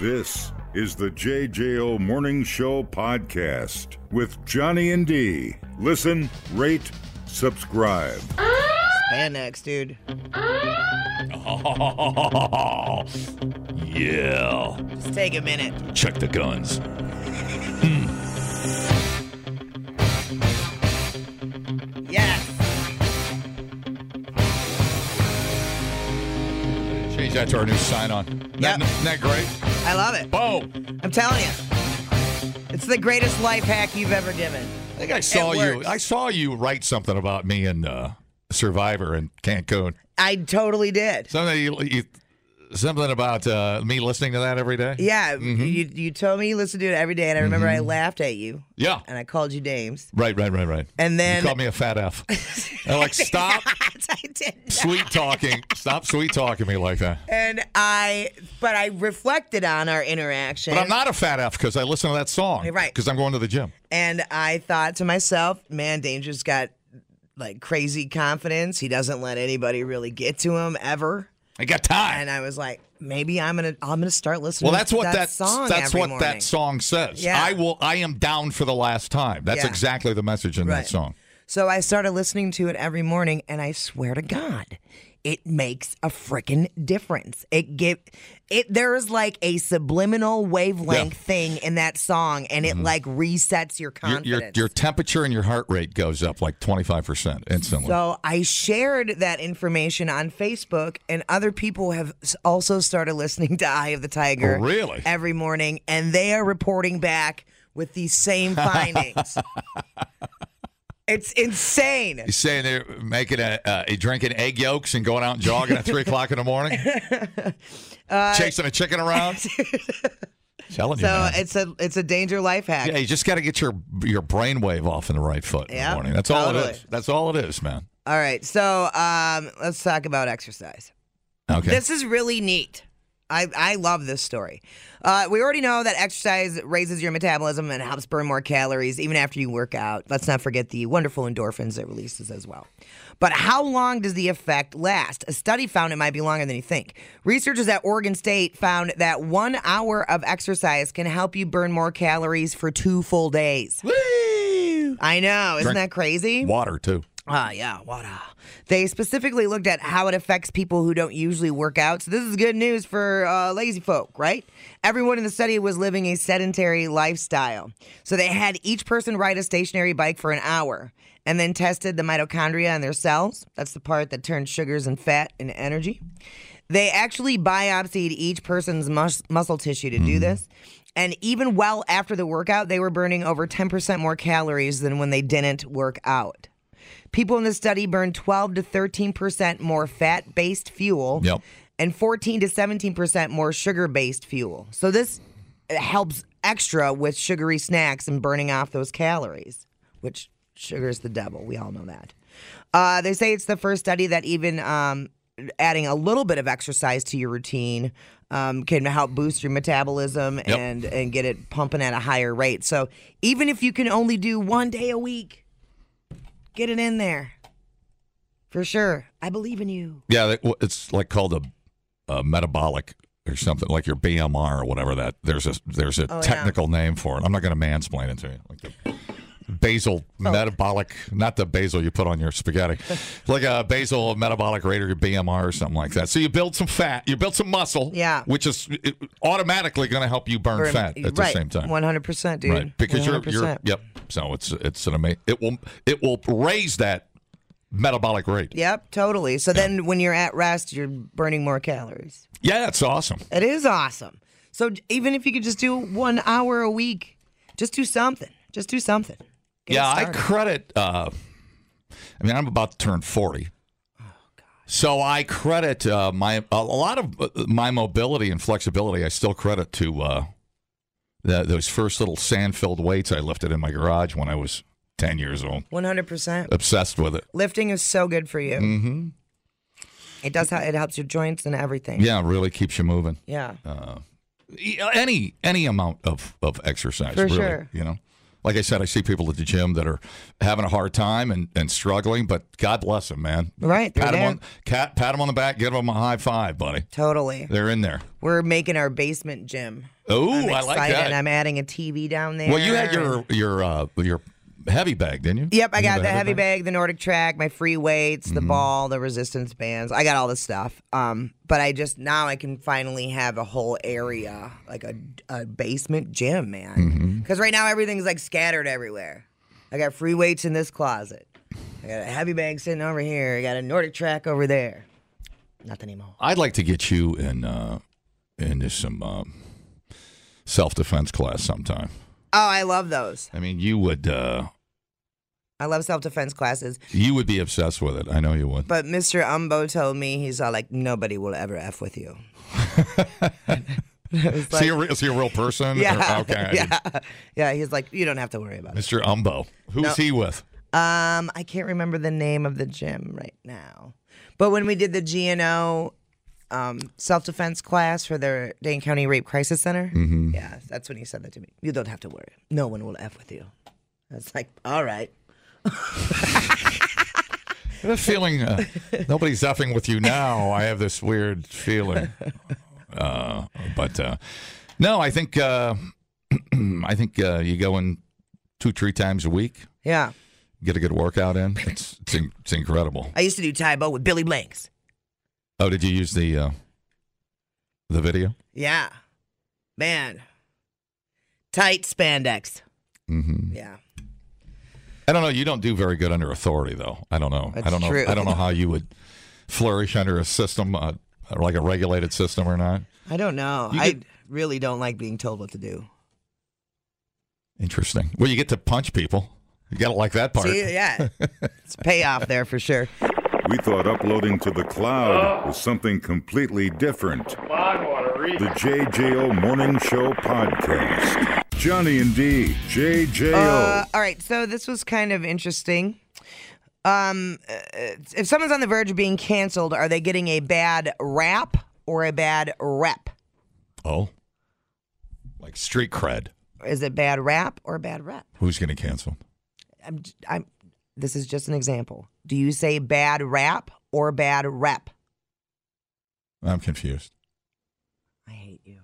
This is the JJO Morning Show podcast with Johnny and D. Listen, rate, subscribe. Xanax, dude. Oh, yeah. Just take a minute. Hmm. Check the guns. Yes. Change that to our new sign on. Yep. That, isn't that great? I love it. Boom. I'm telling you. It's the greatest life hack you've ever given. I think I saw you. works. I saw you write something about me and uh, Survivor in Cancun. I totally did. Something you, you something about uh, me listening to that every day. Yeah, Mm-hmm. you you told me you listened to it every day, and I remember I laughed at you Yeah. and I called you names. Right, right, right, right. And then- you called me a fat F. I'm like, stop I did. sweet talking. Stop sweet talking me like that. And I, but I reflected on our interaction. But I'm not a fat F because I listen to that song. You're right. Because I'm going to the gym. And I thought to myself, man, Danger's got like crazy confidence. He doesn't let anybody really get to him ever. I got time. And I was like, maybe I'm gonna I'm gonna start listening. Well, that's to what Mm, that, that, song. that's every what morning. that song says. Yeah. I will. I am down for the last time. That's Yeah. exactly the message in Right. that song. So I started listening to it every morning, and I swear to God, it makes a freaking difference. It get it. There is like a subliminal wavelength Yeah. Mm-hmm. thing in that song, and it like resets your Your, confidence. your your temperature and your heart rate goes up like twenty five percent instantly. So I shared that information on Facebook, and other people have s- also started listening to Eye of the Tiger. Oh, really? Every morning, and they are reporting back with these same findings. it's insane. He's saying they're making a, uh, drinking egg yolks and going out and jogging at three o'clock in the morning, chasing a chicken around. Telling you, Uh, So man. it's a it's a danger life hack. yeah, you just got to get your your brainwave off on the right foot in Yeah, the morning. That's all totally. it is. That's all it is, man. All right, so um, let's talk about exercise. Okay. This is really neat. I, I love this story. Uh, we already know that exercise raises your metabolism and helps burn more calories even after you work out. Let's not forget the wonderful endorphins it releases as well. But how long does the effect last? A study found it might be longer than you think. Researchers at Oregon State found that one hour of exercise can help you burn more calories for two full days. Woo! I know, isn't Drink that crazy? Water too. Ah, yeah, water. They specifically looked at how it affects people who don't usually work out. So this is good news for uh, lazy folk, right? Everyone in the study was living a sedentary lifestyle. So they had each person ride a stationary bike for an hour and then tested the mitochondria in their cells. That's the part that turns sugars and fat into energy. They actually biopsied each person's mus- muscle tissue to do this. And even well after the workout, they were burning over 10% more calories than when they didn't work out. People in the study burned 12 to 13% more fat based fuel Yep. and 14 to 17% more sugar based fuel. So this helps extra with sugary snacks and burning off those calories, which sugar is the devil. We all know that. Uh, they say it's the first study that even um, adding a little bit of exercise to your routine um, can help boost your metabolism and, and get it pumping at a higher rate. So even if you can only do one day a week, get it in there. For sure. I believe in you. Yeah, that- well, it's like called a, a metabolic or something like your BMR or whatever that. There's a there's a Oh, yeah. technical name for it. I'm not going to mansplain it to you. Like the basal Oh. metabolic, not the basil you put on your spaghetti, like a basal metabolic rate or your BMR or something like that. So you build some fat, you build some muscle, Yeah. which is it, automatically going to help you burn Or- fat at the right, same time. 100%, dude. Right, because you are you are 100%. yep. So it's it's an amazing. It will it will raise that metabolic rate. Yep, totally. So then when you're at rest, you're burning more calories. Yeah, that's awesome. It is awesome. So j- even if you could just do one hour a week, just do something. Just do something. Get yeah, I started. credit. Uh, I mean, I'm about to turn forty, Oh, so I credit uh, my a lot of uh, my mobility and flexibility. I still credit to uh, the, those first little sand-filled weights I lifted in my garage when I was ten years old. 100%. Obsessed with it. Lifting is so good for you. Mm-hmm. It does. hel- It helps your joints and everything. Yeah, it really keeps you moving. E, uh, Yeah. Any any amount of of exercise, For really, sure. You know, Like I said, I see people at the gym that are having a hard time and, and struggling, but God bless them, man. Right, they're Pat them, there. on, cat, pat them on the back, give them a high five, buddy. Totally. They're in there. We're making our basement gym. Oh, I'm I like excited. that. I'm adding a TV down there. Well, you had your your uh, your heavy bag, didn't you? Yep, I You got have a the heavy bag, the Nordic track, my free weights, Mm-hmm. the ball, the resistance bands. I got all this stuff. Um, but I just now I can finally have a whole area like a, a basement gym, man. Mm-hmm. Because right now everything's like scattered everywhere. I got free weights in this closet. I got a heavy bag sitting over here. I got a Nordic track over there. Not anymore. I'd like to get you in uh, into some um, self defense class sometime. Oh, I love those. I mean, you would uh, I love self defense classes. you would be obsessed with it. I know you would. But Mr. Umbo told me he's all like, nobody will ever f with you. It's see, a re- see a real person. Yeah. Or- okay. I didn't- Yeah. Yeah. He's like, you don't have to worry about it. Mr. Umbo. Who's No. he with? Um, I can't remember the name of the gym right now. But when we did the GNO um, self defense class for their Dane County Rape Crisis Center, Mm-hmm. yeah, that's when he said that to me. You don't have to worry. No one will F with you. I was like, all right. I have a feeling uh, nobody's effing with you now. I have this weird feeling. Uh, but uh, no, I think uh, I think uh, you go in two, three times a week, Yeah. get a good workout in. It's it's, in, it's incredible. I used to do Tai Bo with Billy Blanks. Oh, did you use the uh, the video? Yeah. Man. Tight spandex. hmm Yeah. I don't know. You don't do very good under authority, though. I don't know. I That's don't know. true. I don't know how you would flourish under a system uh, like a regulated system or not. I don't know. You I could- really don't like being told what to do. Interesting. Well, you get to punch people. You got to like that part. See, yeah. it's a payoff there for sure. We thought uploading to the cloud was something completely different. Come on, Watery. The JJO Morning Show Podcast. Johnny and D, JJO. Uh, all right, so this was kind of interesting. Um, uh, if someone's on the verge of being canceled, are they getting a bad rap or a bad rep? Oh, like street cred. Is it bad rap or bad rep? Who's going to cancel? I'm, j- I'm. This is just an example. Do you say bad rap or bad rep? I'm confused. I hate you.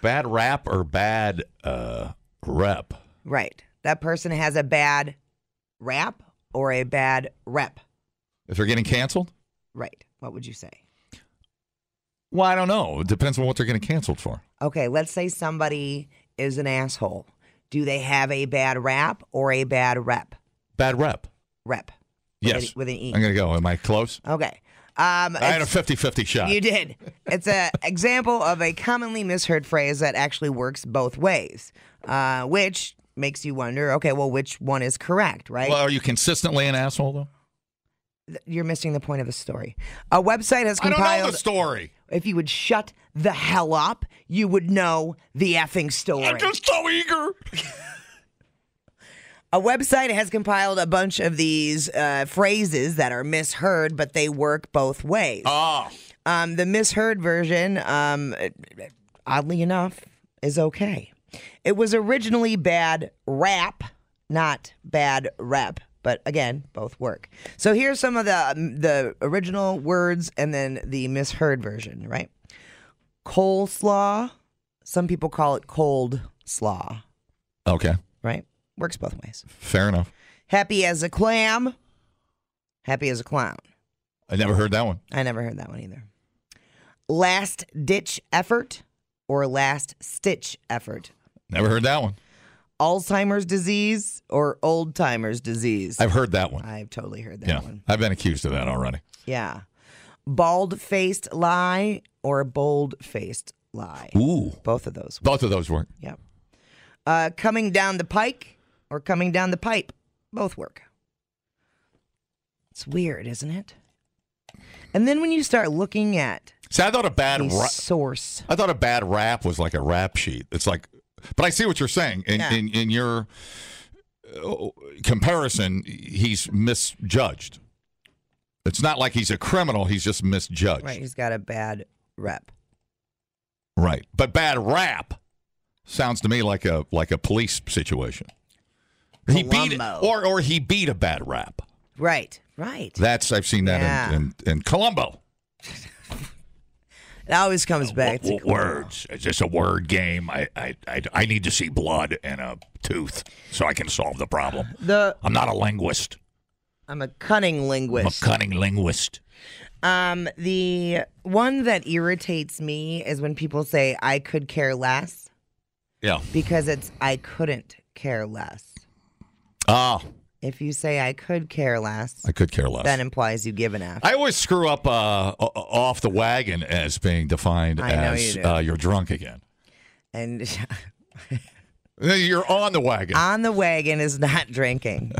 Bad rap or bad uh, rep? Right. That person has a bad rap or a bad rep. If they're getting canceled? Right. What would you say? Well, I don't know. It depends on what they're getting canceled for. Okay, let's say somebody is an asshole. Do they have a bad rap or a bad rep? Bad rep. Rep. With Yes. an- with an E. I'm going to go. Am I close? Okay. Um, I had a it's- 50 50 shot. you did. It's an example of a commonly misheard phrase that actually works both ways, uh, which makes you wonder okay, well, which one is correct, right? Well, are you consistently an asshole, though? Th- You're missing the point of the story. A website has compiled. I don't know the story. if you would shut the hell up, you would know the effing story. I'm just so eager. A website has compiled a bunch of these uh, phrases that are misheard, but they work both ways. Ah, Um, the misheard version, um, oddly enough, is okay. It was originally bad rap, not bad rep, but again, both work. So here's some of the um, the original words and then the misheard version, right? Coleslaw. Some people call it cold slaw, okay. right? Works both ways. Fair enough. Happy as a clam. Happy as a clown. I never heard that one. I never heard that one either. Last ditch effort or last stitch effort. Never heard that one. Alzheimer's disease or old timers disease. I've heard that one. I've totally heard that yeah, one. I've been accused of that already. Yeah. Bald faced lie or bold faced lie. Ooh, Both of those. both of those work. Yep. Uh, coming down the pike or coming down the pipe. Both work. It's weird, isn't it? And then when you start looking at See, I thought a bad the ra- source, I thought a bad rap was like a rap sheet. It's like, but I see what you're saying. In Yeah. in, in your uh, comparison, he's misjudged. It's not like he's a criminal. He's just misjudged. right? He's got a bad rep. Right. But bad rap Sounds to me like a like a police situation. He beat Colombo. or or he beat a bad rap. Right. Right. That, That's I've seen that Yeah. in, in in Colombo. always comes back. W- to w- words. It's just a word game. I, I, I, I need to see blood and a tooth so I can solve the problem. The I'm not a linguist. I'm a cunning I'm a linguist. cunning linguist. Um, the one that irritates me is when people say I could care less Yeah. because it's I couldn't care less. Ah, If you say I could care less, I could care less. that implies you give an F. I always screw up uh, o- off the wagon as being defined I know as you do. uh, you're drunk again. and You're on the wagon. on the wagon is not drinking.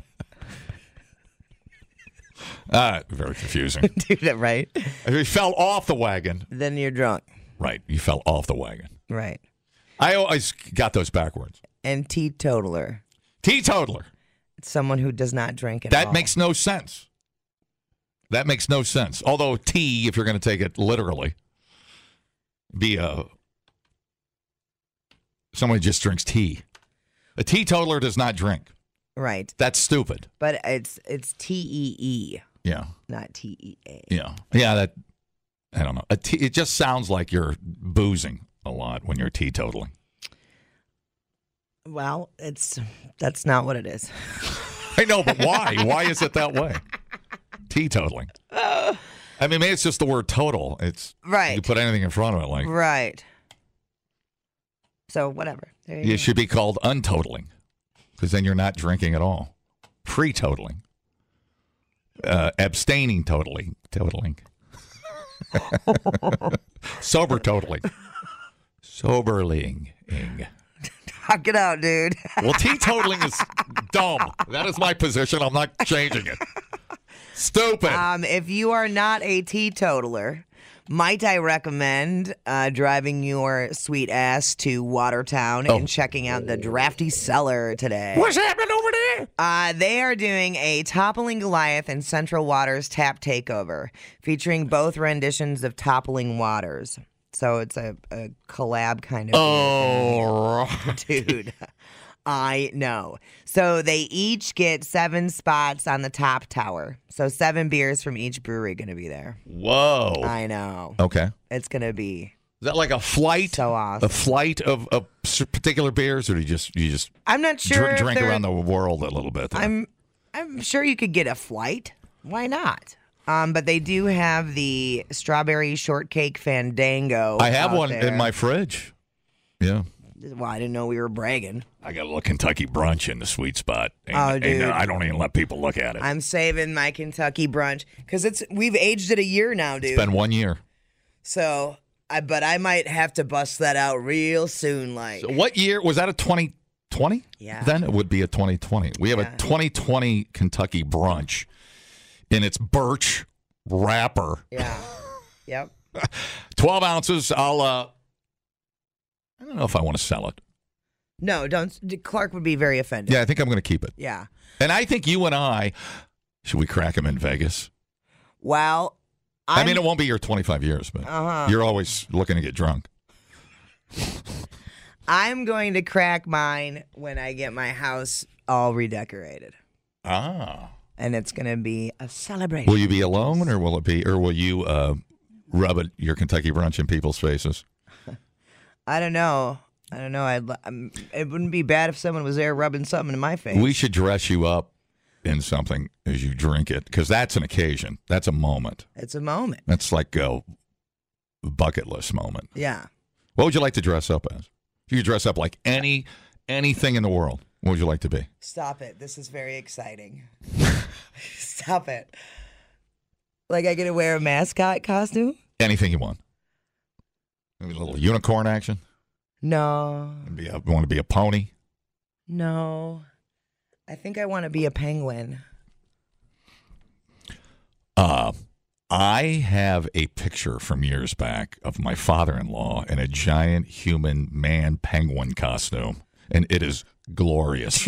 Uh, very confusing. Do that right? if you fell off the wagon, Then you're drunk. right, you fell off the wagon. Right. I always got those backwards. And teetotaler. Teetotaler. Someone who does not drink at That all. makes no sense. That makes no sense. Although tea, if you're going to take it literally, be a someone who just drinks tea. A teetotaler does not drink. right. That's stupid. But it's it's T E E, Yeah, not T E A. yeah, yeah. That I don't know. A te- it just sounds like you're boozing a lot when you're teetotaling. Well, it's that's not what it is. I know, but why? why is it that way? Teetotaling. I mean, maybe it's just the word total. It's Oh. Right. You put anything in front of it, like Right. So whatever. There you You go. should be called untotaling because then you're not drinking at all. Pre totaling. Uh, abstaining totally. Totaling. Sober totaling. Soberling. Knock it out, dude. Well, teetotaling is dumb. That is my position. I'm not changing it. Stupid. um, if you are not a teetotaler, might I recommend uh, driving your sweet ass to Watertown and checking out the Drafty Cellar today? What's happening over there? Uh, they are doing a Toppling Goliath and Central Waters tap takeover featuring both renditions of Toppling Waters. So it's a, a collab kind of. Oh, right. dude. I know. So they each get seven spots on the top tower. So seven beers from each brewery going to be there. whoa. I know. Okay. Is It's going to be. that like a flight? So awesome. A flight of, of particular beers, or do you just you just I'm not sure. Dr- if drink they're- around the world a little bit. there. I'm I'm sure you could get a flight. Why not? Um, but they do have the strawberry shortcake fandango. I have out one there. in my fridge. Yeah. Well, I didn't know we were bragging. I got a little Kentucky brunch in the sweet spot. And, Oh, and, dude. uh, I don't even let people look at it. I'm saving my Kentucky brunch because it's we've aged it a year now, dude. it's been one year. So, I but I might have to bust that out real soon. Like, So what year was that? A 2020? Yeah. Then it would be a 2020. We have a 2020 Kentucky brunch in its birch wrapper, yeah, yep. 12 ounces. I'll, uh, I don't know if I want to sell it. No, don't. Clark would be very offended. Yeah, I think I'm going to keep it. yeah. And I think you and I, should we crack them in Vegas? Well, i Uh-huh. I'm, mean, it won't be your 25 years, but you're always looking to get drunk. I'm going to crack mine when I get my house all redecorated, Ah. and it's gonna be a celebration. Will you be alone, or will it be, or will you uh, rub it, your Kentucky brunch in people's faces? I don't know. I don't know. I'd, li- um, it wouldn't be bad if someone was there rubbing something in my face. We should dress you up in something as you drink it, because that's an occasion. That's a moment. it's a moment. That's like a bucket list moment. Yeah. What would you like to dress up as? If you could dress up like any anything in the world, what would you like to be? Stop it. This is very exciting. Stop it. Like I get to wear a mascot costume? Anything you want. Maybe a little unicorn action. No. Be a, want to be a pony. No. I think I want to be a penguin. Uh, I have a picture from years back of my father in law in a giant human man penguin costume, and it is glorious.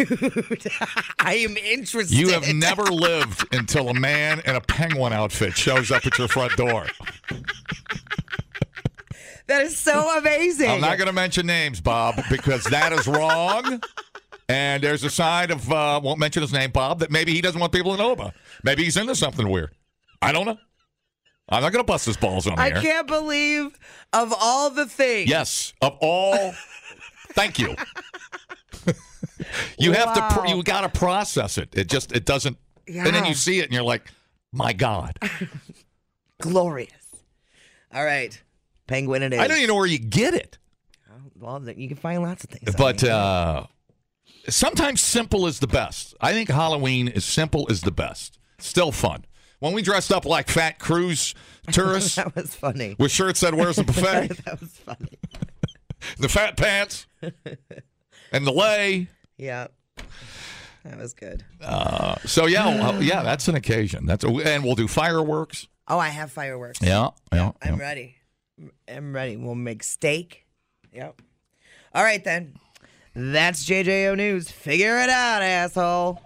I am interested. You have never lived until a man in a penguin outfit shows up at your front door. That is so amazing. I'm not going to mention names, Bob, because that is wrong. And there's a side of uh, won't mention his name, Bob, that maybe he doesn't want people to know about. Maybe he's into something weird. I don't know. I'm not going to bust his balls on the I air. can't believe of all the things. Yes, of all. thank you. you have to. Pr- Wow. you got to process it. It just. It doesn't. And then Yeah. you see it, and you're like, my God. Glorious. All right. Penguin it is. I don't even know where you get it. Well, th- you can find lots of things. on But there. uh, sometimes simple is the best. I think Halloween is simple is the best. Still fun. When we dressed up like fat cruise tourists that was funny. with shirts that where's the buffet, that was funny. the fat pants, and the lay. Yeah. That was good. So yeah, well, yeah, that's an occasion. That's and we'll do fireworks. Oh, I have fireworks. Yeah, yeah. I'm yeah. ready. I'm ready. We'll make steak. Yep. All right then. That's JJO News. Figure it out, asshole.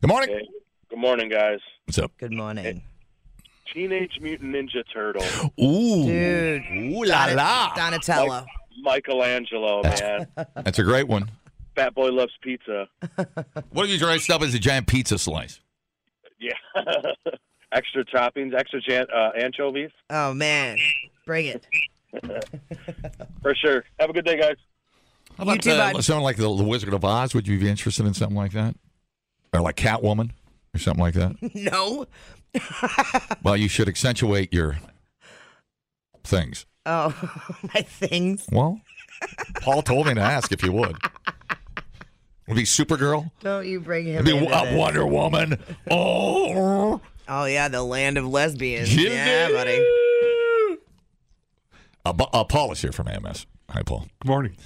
Good morning. Okay. Good morning, guys. What's up? Good morning. Eh, Teenage Mutant Ninja Turtle, Ooh, Dude. ooh la la. Donatello. Michelangelo, man. That's a great one. Fat boy loves pizza. What if you dressed up as a giant pizza slice? Yeah. extra toppings, extra jan- uh, anchovies, Oh man. Bring it. for sure. Have a good day, guys. How about You too, uh, bud. someone like the, the Wizard of Oz? Would you be interested in something like that, or like Catwoman, or something like that? No. well, you should accentuate your things. Oh, my things. Well, Paul told me to ask if you would. Would be Supergirl. Don't you bring him Would be into Wo- this. Wonder Woman. Oh, Oh yeah, the land of lesbians. Yeah, buddy. Uh, Bu- uh, Paul is here from AMS. Hi, Paul. Good morning.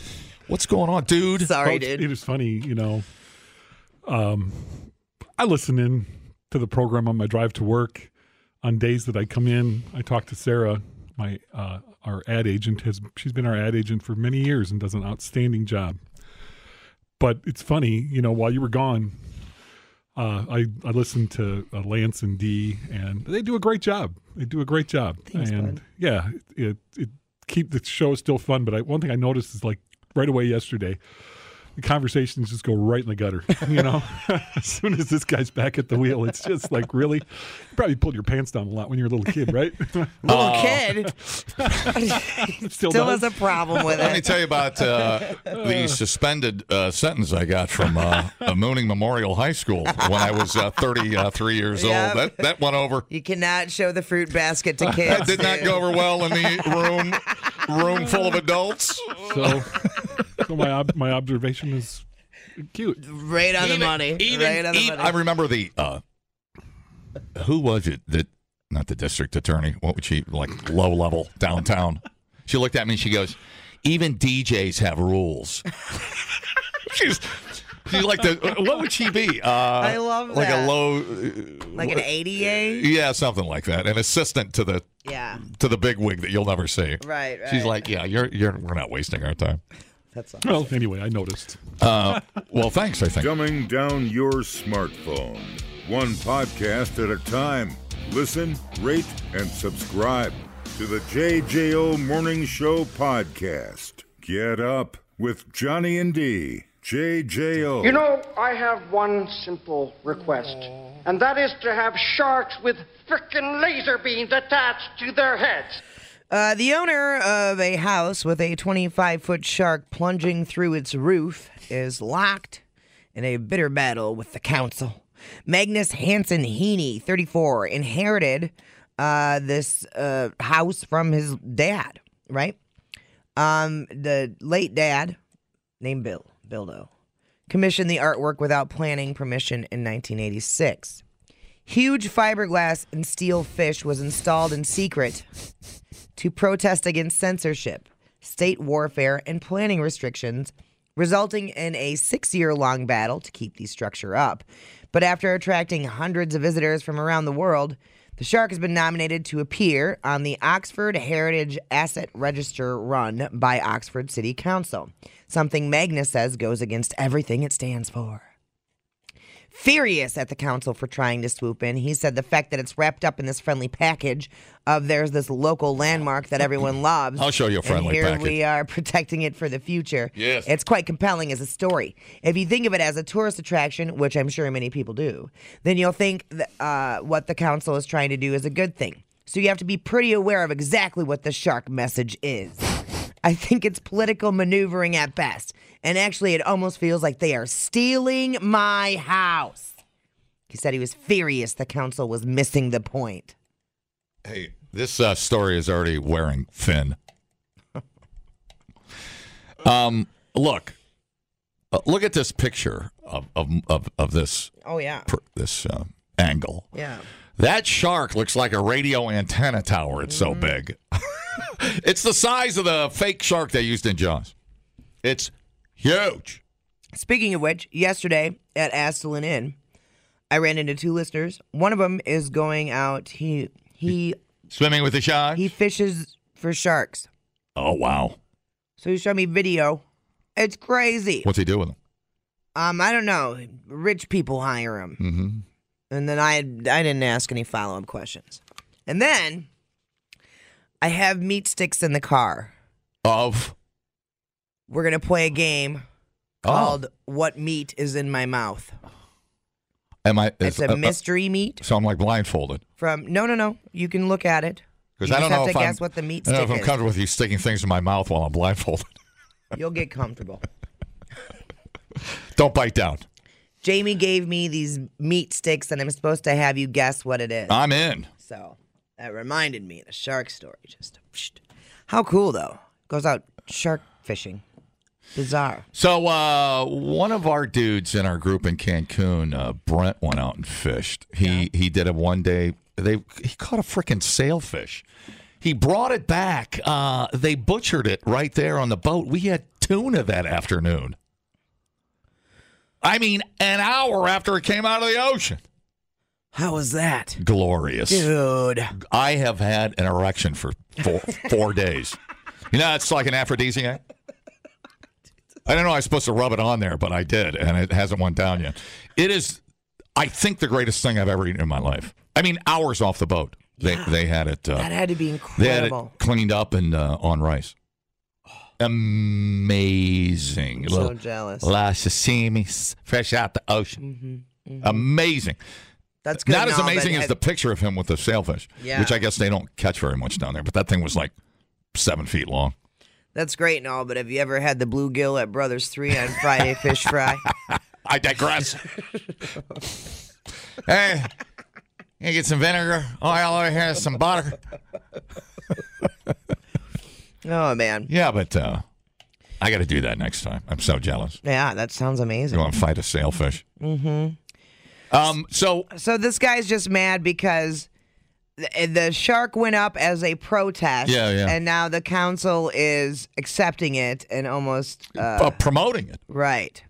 What's going on, dude? Sorry, Well, it's- dude. It is funny, you know. Um, I listen in to the program on my drive to work. On days that I come in, I talk to Sarah, my uh, our ad agent has. She's been our ad agent for many years and does an outstanding job. But it's funny, you know. While you were gone, uh, I I listened to uh, Lance and D, and they do a great job. They do a great job. Thanks, and bud. yeah, it, it it keep the show still fun. But I, one thing I noticed is like right away yesterday, the conversations just go right in the gutter. You know, as soon as this guy's back at the wheel, it's just like really. You probably pulled your pants down a lot when you were a little kid, right? Oh, Little kid still still does. has a problem with Let me it. tell you about uh, the suspended uh, sentence I got from uh, Mooning Memorial High School when I was uh, 33 years Yeah. old. That that went over. You cannot show the fruit basket to kids. That did not dude. go over well in the room room full of adults. so, so my ob- my observation is cute. Right on the money. right on the even- I money. remember the uh, who was it that not the district attorney? What was she like? Low level downtown. She looked at me. and She goes, "Even DJs have rules." she's she's like the what would she be? Uh, I love like a that. low like an ADA. yeah something like that. An assistant to the Yeah. to the big wig that you'll never see. Right, right. She's like, yeah, you're you're we're not wasting our time. That's all. Well, anyway, I noticed. Well, thanks. I think. Dumbing down your smartphone. One podcast at a time. Listen, rate, and subscribe to the JJO Morning Show podcast. Get up with Johnny and D. JJO. You know, I have one simple request, and that is to have sharks with frickin' laser beams attached to their heads. Uh, the owner of a house with a 25 foot shark plunging through its roof is locked in a bitter battle with the council. Magnus Hansen Heaney, 34, inherited uh, this uh, house from his dad, right? Um, the late dad, named Bill, Bildo, commissioned the artwork without planning permission in 1986. Huge fiberglass and steel fish was installed in secret to protest against censorship, state warfare, and planning restrictions, resulting in a six year long battle to keep the structure up. But after attracting hundreds of visitors from around the world, the shark has been nominated to appear on the Oxford Heritage Asset Register run by Oxford City Council, something Magnus says goes against everything it stands for. furious at the council for trying to swoop in. He said the fact that it's wrapped up in this friendly package of there's this local landmark that everyone loves. I'll show you a friendly and here package. we are protecting it for the future. Yes. It's quite compelling as a story. If you think of it as a tourist attraction, which I'm sure many people do, then you'll think th- uh, what the council is trying to do is a good thing. So you have to be pretty aware of exactly what the shark message is. I think it's political maneuvering at best. And actually, it almost feels like they are stealing my house. He said he was furious the council was missing the point. Hey, this uh, story is already wearing thin. um, look, uh, look at this picture of of of, of this Oh, yeah. per- this uh, angle. Yeah. That shark looks like a radio antenna tower. It's so big. it's the size of the fake shark they used in Jaws. It's huge. Speaking of which, yesterday at Astelin Inn, I ran into two listeners. One of them is going out. He he Swimming with the shark. he fishes for sharks. oh wow! So he showed me video. It's crazy. What's he do with them? Um, I don't know. Rich people hire him. Hmm. Mm-hmm. And then I I didn't ask any follow up questions. And then I have meat sticks in the car. Of We're gonna play a game Oh. called "What meat is in my mouth?" am I? It's is- a uh, uh, mystery meat. so I'm like blindfolded. from no no no you can look at it Because You I just don't have know to if I'm, guess what the meat I don't know stick if I'm is. comfortable with you sticking things in my mouth while I'm blindfolded. you'll get comfortable don't bite down. jamie gave me these meat sticks and i'm supposed to have you guess what it is I'm in. so that reminded me of the shark story just psh. how cool though goes out shark fishing bizarre So uh, one of our dudes in our group in Cancun, uh, Brent, went out and fished. He he did a one day. They he caught a freaking sailfish. He brought it back. Uh, they butchered it right there on the boat. We had tuna that afternoon. I mean, an hour after it came out of the ocean. how was that Glorious. dude I have had an erection for four, four days. You know, it's like an aphrodisiac. I don't know. I was supposed to rub it on there, but I did, and it hasn't went down yet. It is, I think, the greatest thing I've ever eaten in my life. I mean, hours off the boat. They they had it. Uh, that had to be they had it incredible cleaned up and uh, on rice. Amazing. I'm so Little- jealous La sashimi, s- fresh out the ocean. Mm-hmm, Amazing that's good not and as all, but amazing as have- the picture of him with the sailfish, Yeah. which I guess they don't catch very much down there. But that thing was like seven feet long. that's great and all but have you ever had the bluegill at brothers 3 on friday fish fry I digress. hey, you get some vinegar, oil over here, some butter. oh man Yeah, but uh, I got to do that next time. I'm so jealous. yeah that sounds amazing You want to fight a sailfish? Mm-hmm. Um. So So this guy's just mad because th- eh, the shark went up as a protest. Yeah, yeah. And now the council is accepting it and almost uh, uh, promoting it. right.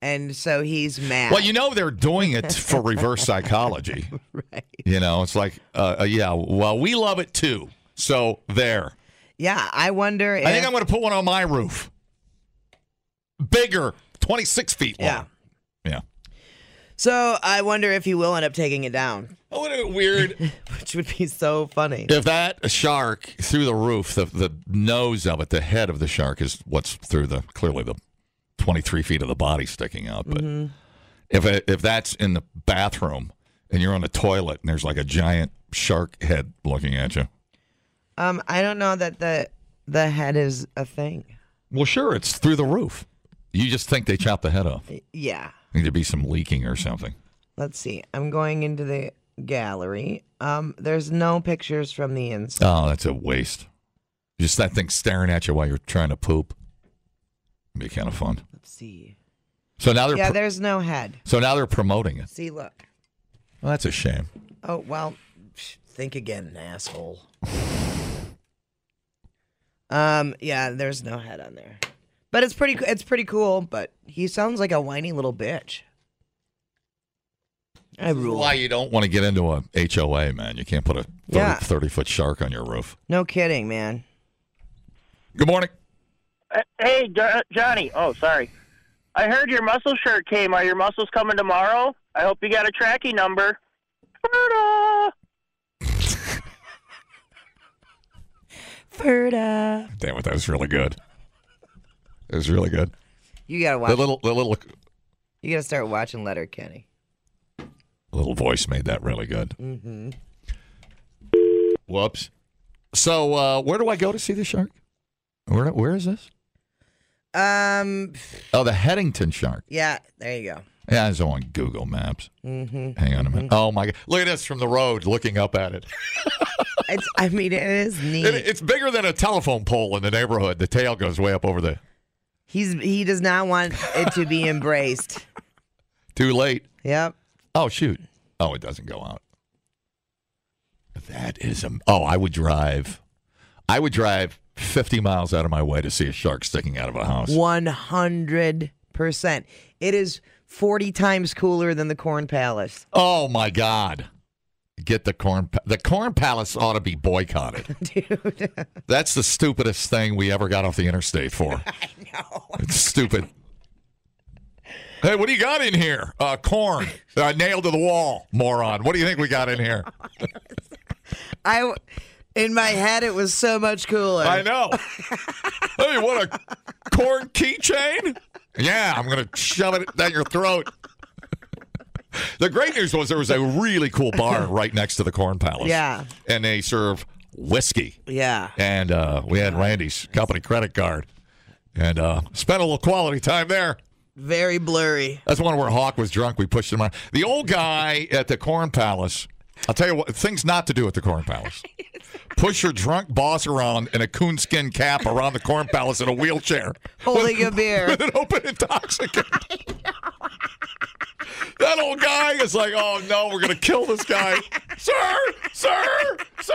And so he's mad. Well, you know they're doing it for reverse psychology. right. You know, it's like, uh, uh, yeah. Well, we love it too. So there. Yeah, I wonder. If, I think I'm going to put one on my roof. Bigger, 26 feet long. Yeah. Yeah. So I wonder if he will end up taking it down, Oh, what a weird. which would be so funny. if that shark through the roof, the, the nose of it, the head of the shark is what's through the, clearly the 23 feet of the body sticking out. But if, it, if that's in the bathroom and you're on a toilet and there's like a giant shark head looking at you. Um, I don't know that the the head is a thing. Well, sure, it's through the roof. You just think they chopped the head off. Yeah. Need to be some leaking or something. Let's see. I'm going into the gallery. Um, there's no pictures from the inside. Oh, that's a waste. Just that thing staring at you while you're trying to poop. Be kind of fun. Let's see. So now they're, yeah, pro- there's no head. so now they're promoting it. See, look. Well, that's a shame. Oh well, psh, think again, asshole. um, yeah, there's no head on there, but it's pretty. It's pretty cool. But he sounds like a whiny little bitch. I rule. Why you don't want to get into a HOA, man? You can't put a 30, Yeah. foot shark on your roof. No kidding, man. Good morning. Uh, Hey, Jo- Johnny. Oh, sorry. I heard your muscle shirt came. Are your muscles coming tomorrow? I hope you got a tracking number. Ta-da! Ferda. Damn it, that was really good. It was really good. You gotta watch. The little, the little, you gotta start watching Letter Kenny. little voice made that really good. Mm-hmm. Whoops. So, uh, where do I go to see the shark? Where, where is this? Um. Oh, the Headington Shark. Yeah. There you go. Yeah, it's on Google Maps. Mm-hmm. Hang on a minute. Oh my God! Look at this from the road, looking up at it. It's. I mean, it is neat. It- it's bigger than a telephone pole in the neighborhood. The tail goes way up over the. He's. He does not want it to be embraced. Too late. Yep. Oh shoot! Oh, it doesn't go out. That is a. Oh, I would drive. I would drive fifty miles out of my way to see a shark sticking out of a house. One hundred percent. It is forty times cooler than the Corn Palace. Oh my God! Get the corn. pa- The corn palace ought to be boycotted. Dude, That's the stupidest thing we ever got off the interstate for. I know. It's stupid. Hey, what do you got in here? Uh, corn. Uh, nailed to the wall, moron. What do you think we got in here? I, in my head, it was so much cooler. I know. hey, you want a corn keychain? Yeah, I'm going to shove it down your throat. The great news was there was a really cool bar right next to the Corn Palace. Yeah. And they serve whiskey. Yeah. And uh, we had Randy's company credit card and uh, spent a little quality time there. Very blurry. That's one where Hawk was drunk. We pushed him around. The old guy at the Corn Palace. I'll tell you what. Things not to do at the Corn Palace. Push your drunk boss around in a coonskin cap around the Corn Palace in a wheelchair Holding a beer. with an open intoxicant. That old guy is like, oh no, we're gonna kill this guy, sir, sir, sir.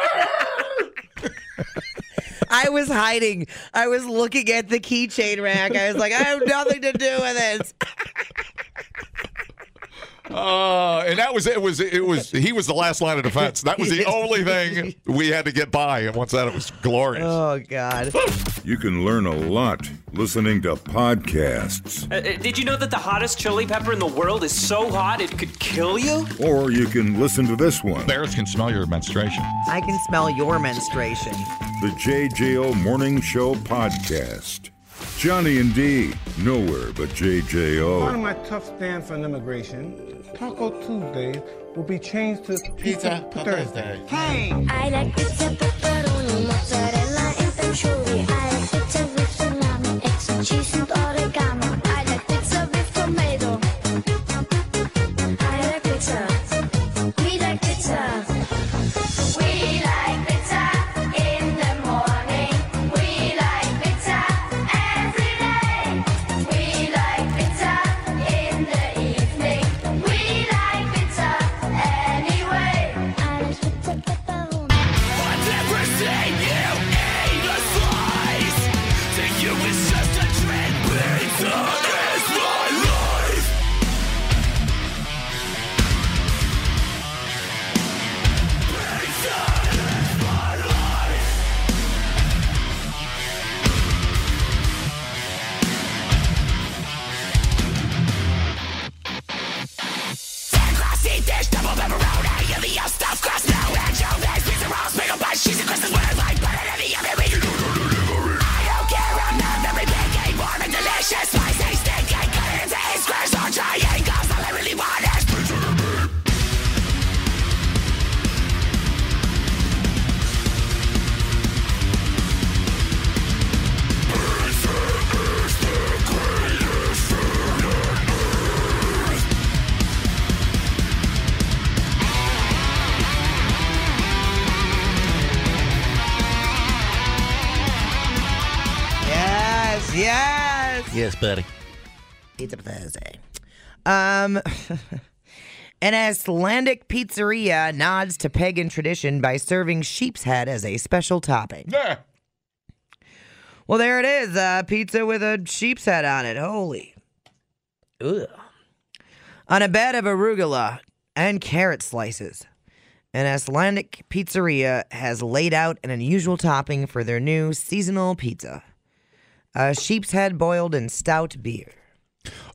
I was hiding. I was looking at the keychain rack. I was like, I have nothing to do with this. Uh, and that was it. Was it was he was the last line of defense. That was the only thing we had to get by, and once that, it was glorious. Oh God. You can learn a lot listening to podcasts, Uh, uh, did you know that the hottest chili pepper in the world is so hot it could kill you? or you can listen to this one. Bears can smell your menstruation. I can smell your menstruation. The JJO Morning Show Podcast. Johnny and Dee, nowhere but Part of JJO. my tough stance on immigration, Taco Tuesday will be changed to Pizza, Thursday. I like pizza pepperoni, mozzarella and patchouli. I like pizza with salami, extra cheese and oregano. I like pizza with tomato. I like pizza. We like pizza. We like pizza in the morning. We like pizza every day. We like pizza in the evening. We like pizza anyway. I like pizza pepperoni. Yes. Yes. Yes, buddy. Pizza Thursday. Um. An Icelandic pizzeria nods to pagan tradition by serving sheep's head as a special topping. Yeah. Well, there it is. Uh, pizza with a sheep's head on it. Holy. Ugh. On a bed of arugula and carrot slices, an Icelandic pizzeria has laid out an unusual topping for their new seasonal pizza a sheep's head boiled in stout beer.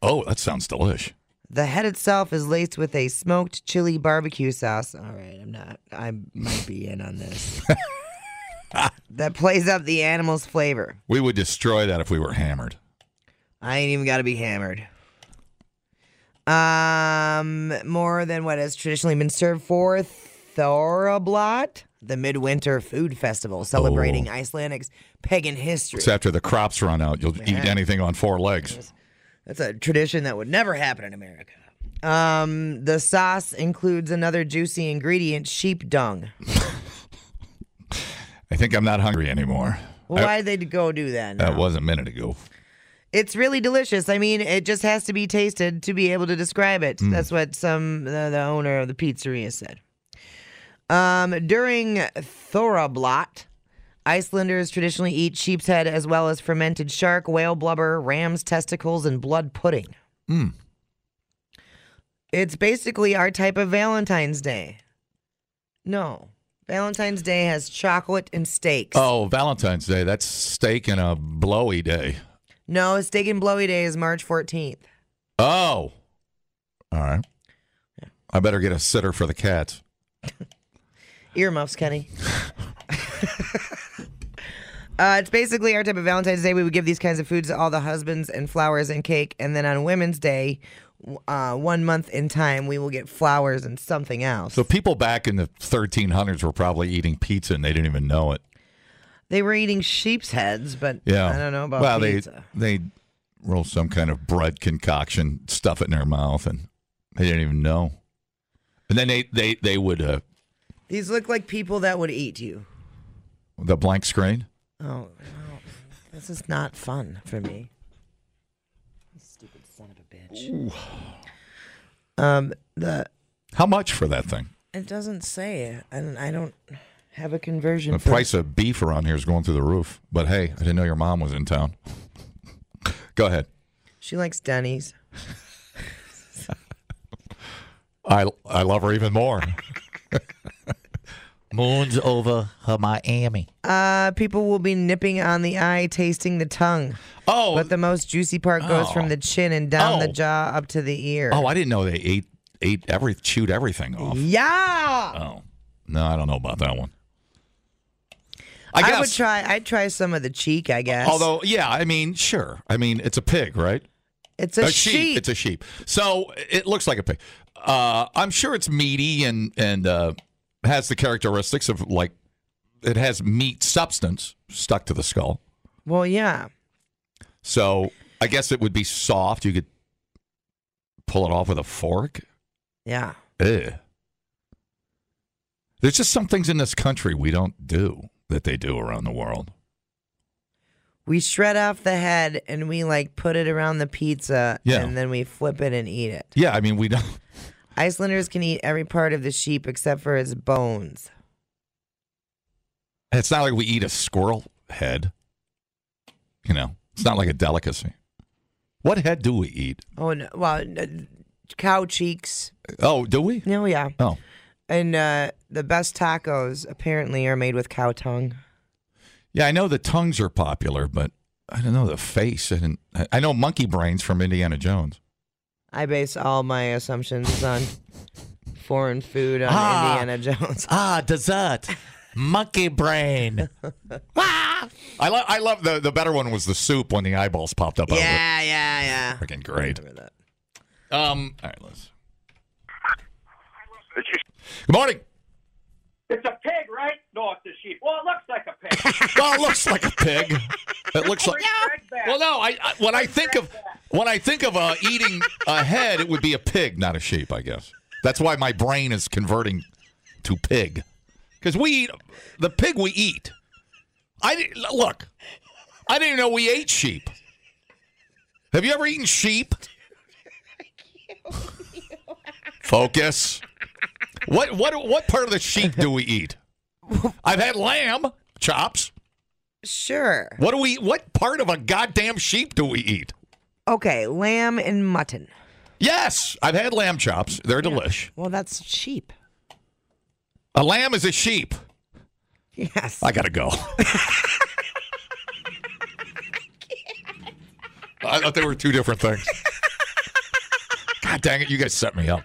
Oh, that sounds delish. The head itself is laced with a smoked chili barbecue sauce. All right, I'm not. I might be in on this. that plays up the animal's flavor. We would destroy that if we were hammered. I ain't even got to be hammered. Um, more than what has traditionally been served for Thorablot, the midwinter food festival celebrating Icelandic's pagan history. It's after the crops run out. You'll eat anything on four legs. That's a tradition that would never happen in America. Um, the sauce includes another juicy ingredient, sheep dung. I think I'm not hungry anymore. I- Why they go do that? that now? was a minute ago. It's really delicious. I mean, it just has to be tasted to be able to describe it. Mm. That's what some the, the owner of the pizzeria said. Um, during Thorablot, Icelanders traditionally eat sheep's head as well as fermented shark, whale blubber, ram's testicles, and blood pudding. Mm. It's basically our type of Valentine's Day. No, Valentine's Day has chocolate and steaks. Oh, Valentine's Day. That's steak and a blowy day. No, steak and blowy day is March 14th. Oh. All right. I better get a sitter for the cats. Earmuffs, Kenny. uh, it's basically our type of Valentine's Day. We would give these kinds of foods to all the husbands and flowers and cake. And then on Women's Day, w- uh, one month in time, we will get flowers and something else. So people back in the 1300s were probably eating pizza and they didn't even know it. They were eating sheep's heads, but Yeah. I don't know about well, pizza. they they roll some kind of bread concoction, stuff it in their mouth, and they didn't even know. And then they they they would uh, These look like people that would eat you. the blank screen. Oh, no. This is not fun for me. Stupid son of a bitch. Um, the How much for that thing? It doesn't say. I don't, I don't have a conversion. The for- price of beef around here is going through the roof. But hey, I didn't know your mom was in town. Go ahead. She likes Denny's. I I love her even more. Moon's over her Miami. Uh, people will be nipping on the eye, tasting the tongue. Oh, but the most juicy part goes from the chin and down the Oh. jaw up to the ear. Oh, I didn't know they ate ate every chewed everything off. yeah. Oh, no, I don't know about that one. I guess. would try. I'd try some of the cheek. I guess. Although, yeah, I mean, sure. I mean, it's a pig, right? it's a, sheep. sheep. It's a sheep. So it looks like a pig. Uh, I'm sure it's meaty and and uh, has the characteristics of like it has meat substance stuck to the skull. well, yeah. So I guess it would be soft. You could pull it off with a fork. Yeah. Ugh. There's just some things in this country we don't do that they do around the world. We shred off the head and we like put it around the pizza Yeah. and then we flip it and eat it. Yeah, I mean we don't. Icelanders can eat every part of the sheep except for its bones. It's not like we eat a squirrel head. You know, it's not like a delicacy. What head do we eat? Oh, no, well, n- cow cheeks. Oh, do we? No, yeah. Oh, And uh, the best tacos apparently are made with cow tongue. yeah. I know the tongues are popular, but I don't know the face. I didn't. I- I know monkey brains from Indiana Jones. I base all my assumptions on foreign food on Ah. Indiana Jones. Ah, dessert, monkey brain. I love. I love the the better one was the soup when the eyeballs popped up. out of it. yeah, yeah, yeah. Freaking great. Remember that. Um. All right, let's. Good morning. It's a pig, right? No, it's a sheep. Well, it looks like a pig. Well, it looks like a pig. It looks like. Back. Well, no. I, I when I think of when I think of uh, eating a head, it would be a pig, not a sheep. I guess that's why my brain is converting to pig, because we eat the pig we eat. I didn't- look. I didn't know we ate sheep. Have you ever eaten sheep? Focus. What what what part of the sheep do we eat? I've had lamb chops. Sure. What do we? What part of a goddamn sheep do we eat? Okay, lamb and mutton. Yes, I've had lamb chops. They're delish. Well, that's sheep. A lamb is a sheep. Yes. I gotta go. I thought they were two different things. God dang it, you guys set me up.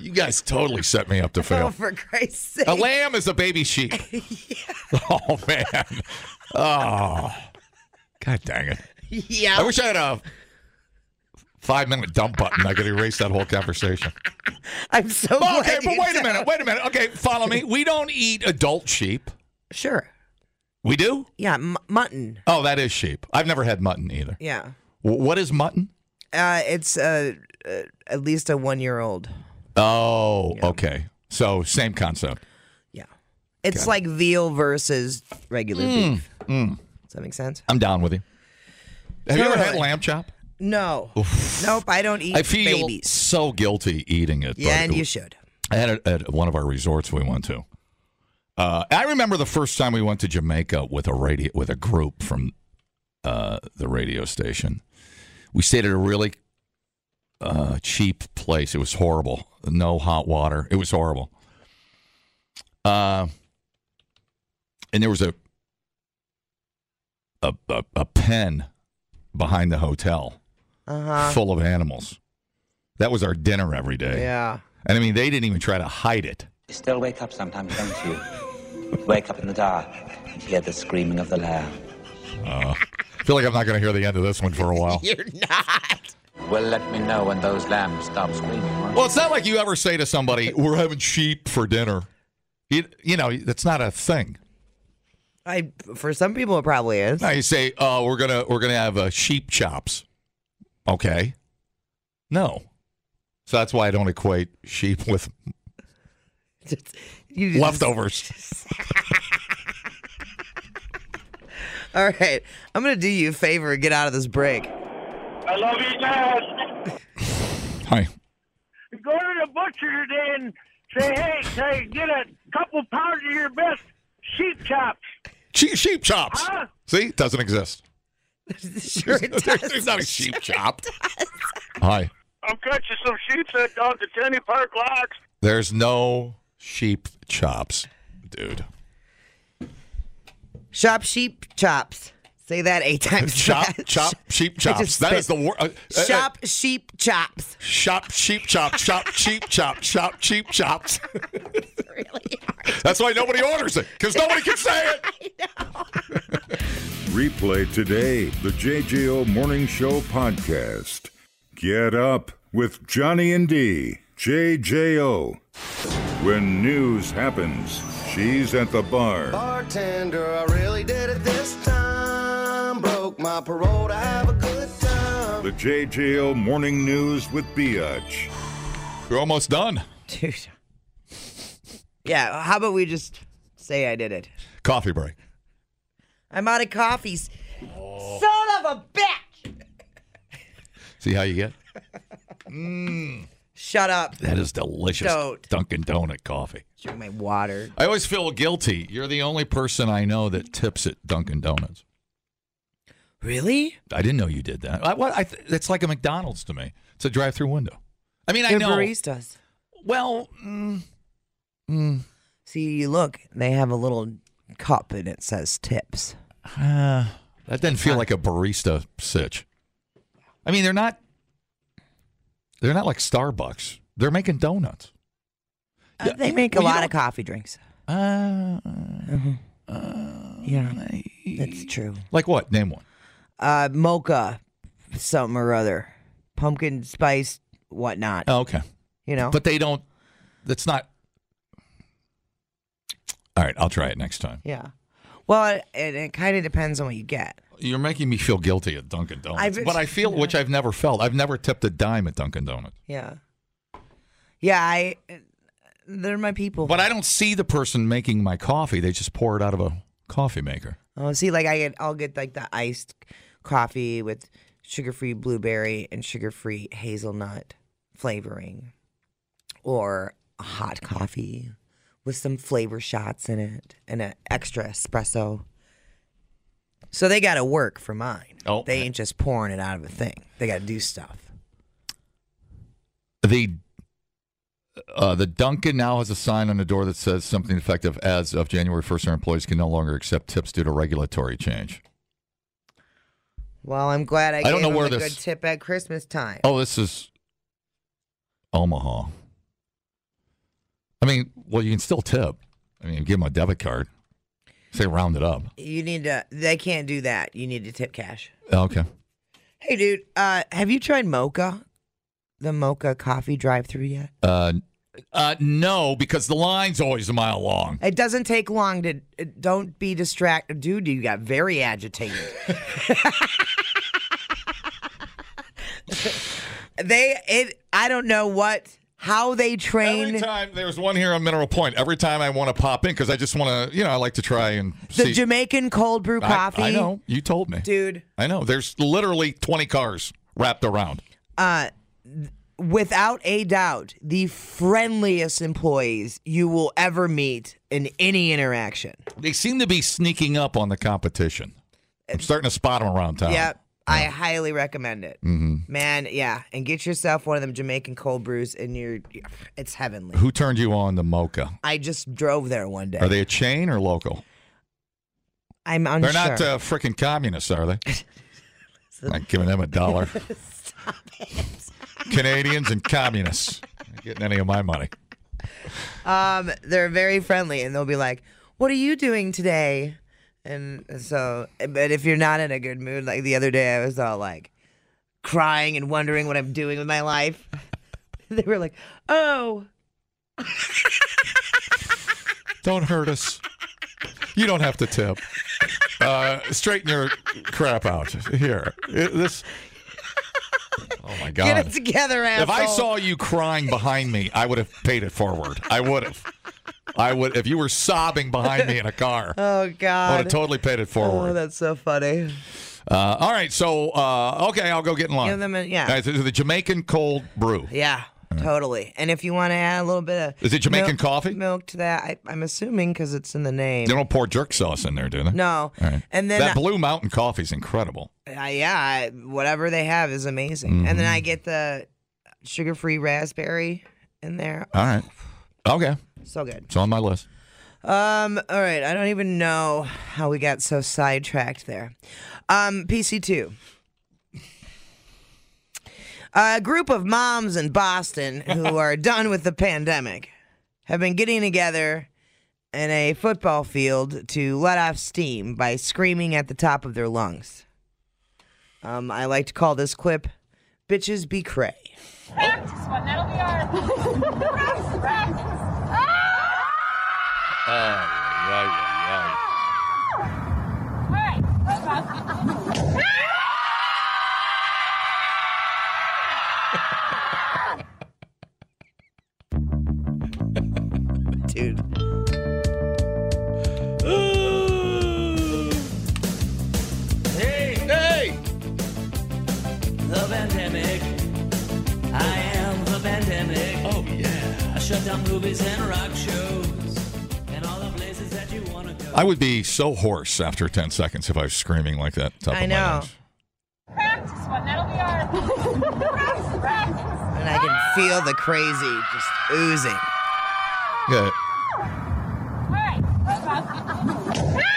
You guys totally set me up to Oh, fail. for Christ's sake. A lamb is a baby sheep. Oh man. Oh. God dang it. yeah. I wish I had a five minute dump button. I could erase that whole conversation. I'm so Well, glad Oh. okay, but you wait a don't. minute. Wait a minute. Okay, follow me. We don't eat adult sheep. Sure. We do? Yeah, m- mutton. Oh, that is sheep. I've never had mutton either. Yeah. W- what is mutton? Uh, it's uh, uh, at least a one year old. Oh, okay. So same concept. It's Got it. like veal versus regular Mm, beef. Does that make sense? I'm down with you. Have you ever had Totally. lamb chop? No. Nope, I don't eat I feel babies. so guilty eating it. Yeah, but and it- you should. I had it at one of our resorts we went to. Uh, I remember the first time we went to Jamaica with a radio with a group from uh, the radio station. We stayed at a really uh, cheap place. It was horrible. No hot water. It was horrible. Uh, and there was a a, a, a pen behind the hotel Uh huh. full of animals. That was our dinner every day. Yeah. And I mean, they didn't even try to hide it. You still wake up sometimes, don't you? wake up in the dark and hear the screaming of the lamb. Uh, I feel like I'm not going to hear the end of this one for a while. You're not. Well, let me know when those lambs stop screaming. won't Well, it's not like you ever say to somebody, "We're having sheep for dinner." You, you know, that's not a thing. I for some people it probably is. Now you say, "Oh, we're gonna we're gonna have uh, sheep chops." Okay. No. So that's why I don't equate sheep with Just- you just- leftovers. All right, I'm gonna do you a favor and get out of this break. I love you guys. Hi. Go to the butcher today and say, hey, say, get a couple pounds of your best sheep chops. She, sheep chops. Huh? See, it doesn't exist. sure Ah. it There's- There's not a sheep chop. Hi. I'm catching some sheep that down to Tenny Park Locks. There's no sheep chops, dude. Shop sheep chops. Say that eight times. Chop, fast. chop, sheep I chops. just That is the uh, spit. word. Shop sheep chops. Shop sheep chop shop sheep chop shop sheep chops. That's why nobody orders it because nobody can say it. Replay today the JJO Morning Show podcast. Get up with Johnny and D. JJO. When news happens, she's at the bar. Bartender, I really did it this time. Broke my parole to have a good time. The JJO Morning News with Biatch. You're almost done. Dude. Yeah. How about we just say I did it? Coffee break. I'm out of coffees. Oh. Son of a bitch! See how you get? Mm. Shut up. That is delicious. Don't. Dunkin' Donut coffee. Drink my water. I always feel guilty. You're the only person I know that tips at Dunkin' Donuts. Really? I didn't know you did that. I, what, I th- that's like a McDonald's to me. It's a drive-through window. I mean, I They're know. baristas. Well, mm, see, look, they have a little cup and it says tips. Uh, that doesn't feel like a barista sitch. I mean, they're not. They're not like Starbucks. They're making donuts. Uh, they make a well, you lot of don't- coffee drinks. Uh, yeah, that's true. Like what? Name one. Uh, mocha, something or other, pumpkin spice, whatnot. Oh, okay. You know, But they don't. That's not. All right, I'll try it next time. yeah. Well, it, it, it kind of depends on what you get. You're making me feel guilty at Dunkin' Donuts, I've- but I feel which I've never felt. I've never tipped a dime at Dunkin' Donuts, Yeah, yeah. I they're my people. but I don't see the person making my coffee. They just pour it out of a coffee maker. Oh, see, like I get, I'll get like the iced coffee with sugar-free blueberry and sugar-free hazelnut flavoring, or a hot coffee with some flavor shots in it and an extra espresso. So they got to work for mine. Oh. they ain't just pouring it out of a thing. They got to do stuff. the uh, the Duncan now has a sign on the door that says something effective as of January 1st. Our employees can no longer accept tips due to regulatory change. Well, I'm glad I, I don't gave know them where a this- good tip at Christmas time. Oh, this is Omaha. I mean, well, you can still tip. I mean, give them a debit card. Say round it up. You need to. They can't do that. You need to tip cash. Okay. Hey, dude. Uh, have you tried Mocha, the Mocha coffee drive-through yet? Uh, uh, no, because the line's always a mile long. It doesn't take long to. it- Don't be distracted, dude. You got very agitated. they. It. I don't know what. How they train. Every time there's one here on Mineral Point, every time I want to pop in because I just want to, you know, I like to try and The see. Jamaican cold brew I- coffee. I, know. You told me. Dude. I know. There's literally 20 cars wrapped around. Uh, th- without a doubt, the friendliest employees you will ever meet in any interaction. They seem to be sneaking up on the competition. I'm starting to spot them around town. Yep. I highly recommend it. hmm Man, yeah. And get yourself one of them Jamaican cold brews and you're it's heavenly. Who turned you on to Mocha? I just drove there one day. Are they a chain or local? I'm unsure. They're not uh, freaking communists, are they? Not giving them a dollar. Stop it. Canadians and communists. Not getting any of my money. Um, they're very friendly and they'll be like, What are you doing today? And so but if you're not in a good mood, like the other day I was all like crying and wondering what I'm doing with my life. they were like, Oh, Don't hurt us. You don't have to tip. Uh, straighten your crap out here. It- This. Oh my God! get it together, asshole. If I saw you crying behind me, I would have paid it forward. I would have. I would. If you were sobbing behind me in a car, Oh I would God. have totally paid it Oh, forward. that's so funny. Uh, all right. So uh, okay, I'll go get in line. Give them a- yeah. All right, so the Jamaican cold brew. Yeah, totally. And if you want to add a little bit of Is it Jamaican milk, coffee? milk to that, I, I'm assuming because it's in the name. They don't pour jerk sauce in there, do they? No. All right. And then that I- Blue Mountain coffee is incredible. Uh, yeah, I, whatever they have is amazing. And Mm-hmm. then I get the sugar-free raspberry in there. All right. Okay. So good. It's on my list. Um. All right. I don't even know how we got so sidetracked there. Um. PC two. A group of moms in Boston who are done with the pandemic have been getting together in a football field to let off steam by screaming at the top of their lungs. Um, I like to call this clip Bitches Be Cray. Practice one, that'll be ours. practice, practice. Ah! Oh, right, All right. Ah! Dude. Hey, hey! The pandemic. I am the pandemic. Oh, yeah. I shut down movies and rock shows. And all the places that you want to go. I would be so hoarse after 10 seconds if I was screaming like that. Top I of My know. lungs. Practice one, that'll be ours. practice, practice. And I can feel the crazy just oozing. Yeah. Ah! All right.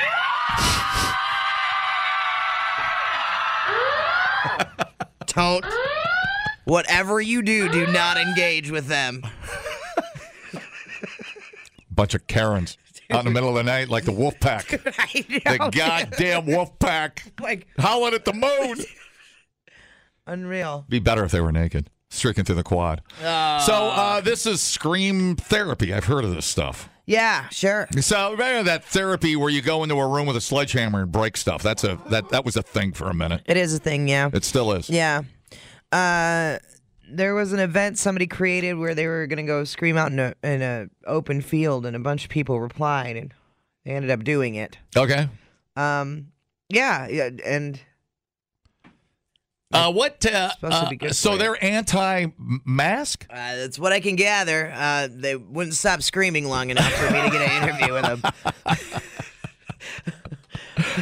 Don't. Whatever you do, do not engage with them. Bunch of Karens out in the middle of the night like the wolf pack. I know, the goddamn wolf pack Like, howling at the moon. unreal. be better if they were naked, stricken to the quad. So uh, this is scream therapy. I've heard of this stuff. Yeah, sure. So remember that therapy where you go into a room with a sledgehammer and break stuff. That's a that that was a thing for a minute. It is a thing, yeah. It still is. Yeah. Uh, there was an event somebody created where they were going to go scream out in a, in a open field, and a bunch of people replied, and they ended up doing it. Okay. Um, yeah, yeah, and Uh, what? Uh, supposed to be uh, good so for you. they're anti-mask. uh, that's what I can gather. Uh, they wouldn't stop screaming long enough for me to get an interview with them.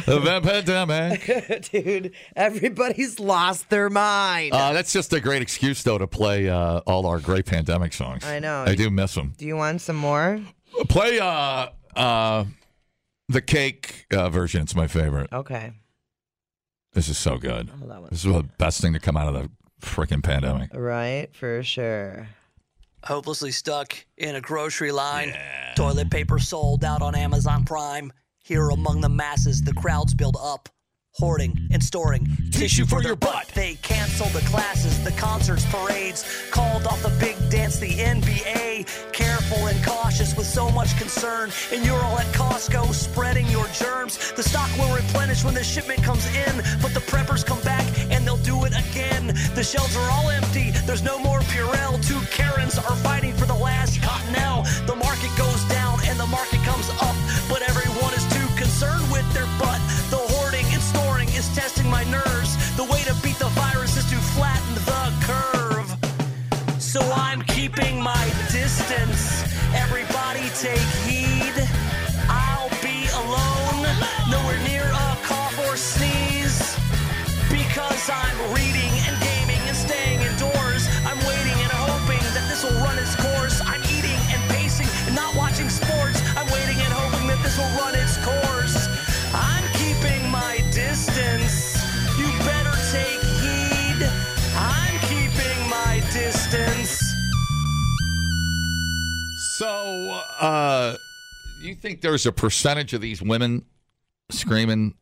The pandemic. Dude, everybody's lost their mind. Uh, that's just a great excuse, though, to play uh, all our great pandemic songs. I know. I do miss them. Do you want some more? Play uh, uh, the cake uh, version. It's my favorite. Okay. This is so good. Hold on one This is the best thing to come out of the freaking pandemic. Right, for sure. hopelessly stuck in a grocery line. Toilet paper sold out on Amazon Prime. Here among the masses, the crowds build up, hoarding and storing tissue for your butt. They cancel the classes, the concerts, parades, called off the big dance, the NBA. Careful and cautious with so much concern, and you're all at Costco spreading your germs. The stock will replenish when the shipment comes in, but the preppers come back and they'll do it again. The shelves are all empty. There's no more Purell. Two Karens are fighting for the last Cottonelle. The market goes down and the market comes up, but everyone is too concerned with their butt. The hoarding and storing is testing my nerves. The way to beat the virus is to flatten the curve. So I'm keeping my distance. Everybody take heed. I'll be alone, nowhere near a cough or sneeze. Because I'm reading and gaming and staying indoors. I'm waiting and hoping that this will run its course. I'm eating and pacing and not watching sports. I'm waiting and hoping that this will run its course. I'm keeping my distance. You better take heed. I'm keeping my distance. So, uh, you think there's a percentage of these women screaming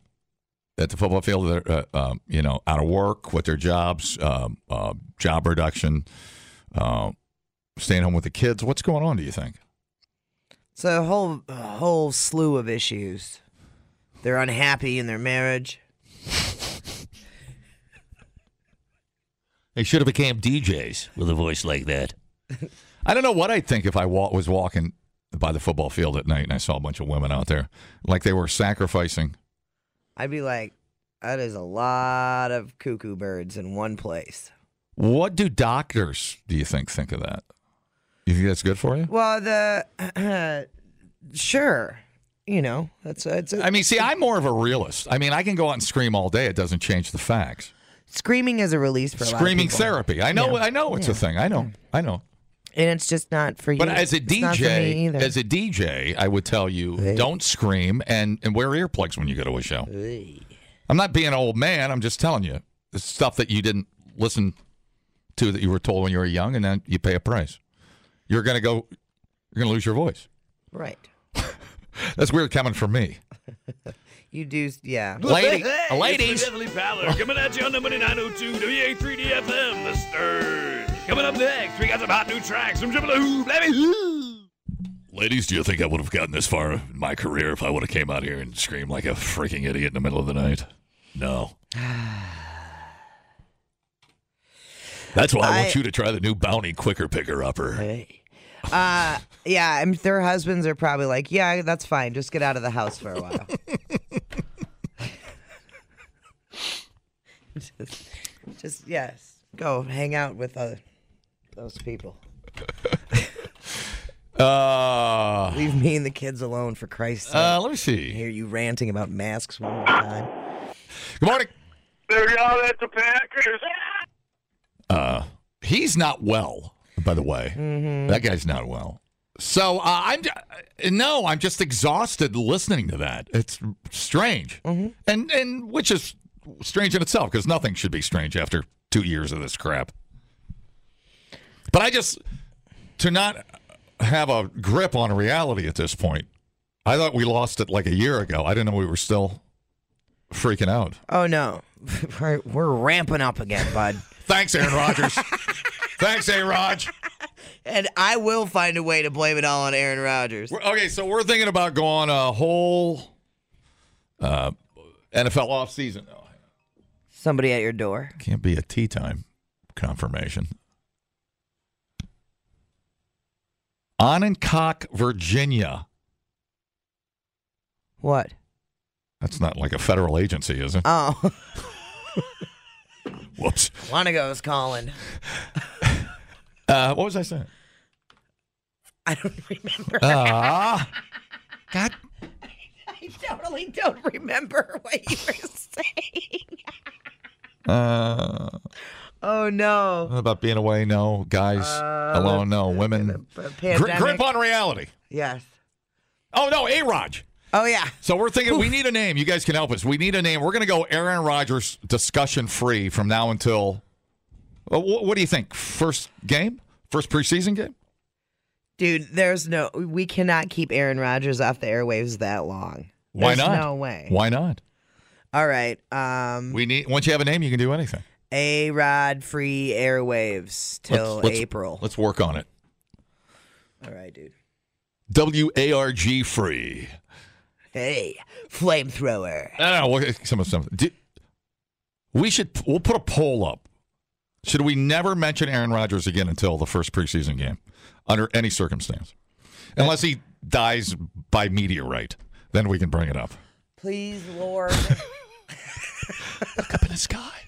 at the football field that are, uh, um, you know, out of work with their jobs, um, uh, job reduction, uh, staying home with the kids? What's going on? Do you think? It's a whole a whole slew of issues. They're unhappy in their marriage. They should have became DJs with a voice like that. I don't know what I'd think if I wa- was walking by the football field at night and I saw a bunch of women out there, like they were sacrificing. I'd be like, that is a lot of cuckoo birds in one place. What do doctors, do you think, think of that? You think that's good for you? Well, the sure, you know that's it's. I mean, see, I'm more of a realist. I mean, I can go out and scream all day; it doesn't change the facts. screaming is a release for a lot of Screaming people. therapy. I know. Yeah. I know it's a Yeah. thing. I know. I know. and it's just not for you. But as a It's not for me DJ, either. as a DJ, I would tell you don't scream and, and wear earplugs when you go to a show. I'm not being an old man. I'm just telling you the stuff that you didn't listen to that you were told when you were young, and then you pay a price. You're gonna go. You're gonna lose your voice. right, That's weird coming from me. you do, yeah, Lady- It's the Deadly Valor coming at you on number 902 WA3DFM, The Stern. Coming up next, we got some hot new tracks from Triple Who, Baby Who. Ladies, do you think I would have gotten this far in my career if I would have came out here and screamed like a freaking idiot in the middle of the night? No. That's why I, I- want you to try the new Bounty Quicker Picker Upper. uh, yeah. And their husbands are probably like, yeah, that's fine. Just get out of the house for a while. just, just yes, go hang out with other, those people. Uh, Leave me and the kids alone, for Christ's sake. Uh, let me see. hear you ranting about masks one more time. Good morning. There y'all at the Packers. Ah! Uh, he's not well, by the way. That guy's not well. So uh, I'm j- no, I'm just exhausted listening to that. It's strange, and and which is strange in itself because nothing should be strange after two years of this crap. But I just to not have a grip on reality at this point. I thought we lost it like a year ago. I didn't know we were still freaking out. Oh no, we're, we're ramping up again, bud. Thanks, Aaron Rodgers. Thanks, A. Rod. And I will find a way to blame it all on Aaron Rodgers. We're- okay, so we're thinking about going a whole uh, NFL offseason. Oh, Somebody at your door. can't be a tea time confirmation. Ononcock, Virginia. What? That's not like a federal agency, is it? Oh, Whoops. Wanago's calling. Uh, what was I saying? I don't remember. Ah. God. I totally don't remember what you were saying. Uh, Oh no. about being away, no. Guys Uh, alone, no. Women. Gri- grip pandemic. on reality. Yes. Oh, no, A Rod. Oh yeah. So we're thinking we need a name. You guys can help us. We need a name. We're going to go Aaron Rodgers discussion free uh, from now until. Well, wh- What do you think? First game? First preseason game? Dude, there's no. We cannot keep Aaron Rodgers off the airwaves that long. Why There's not? No way. Why not? All right. Um, We need once you have a name, you can do anything. A Rod free airwaves till Let's- let's- April. Let's work on it. All right, dude. W A R G free. Hey, flamethrower. I don't know. We'll, some of some. do- we should. We'll put a poll up. Should we never mention Aaron Rodgers again until the first preseason game, under any circumstance, unless he dies by meteorite? Then we can bring it up. Please, Lord. Look up in the sky.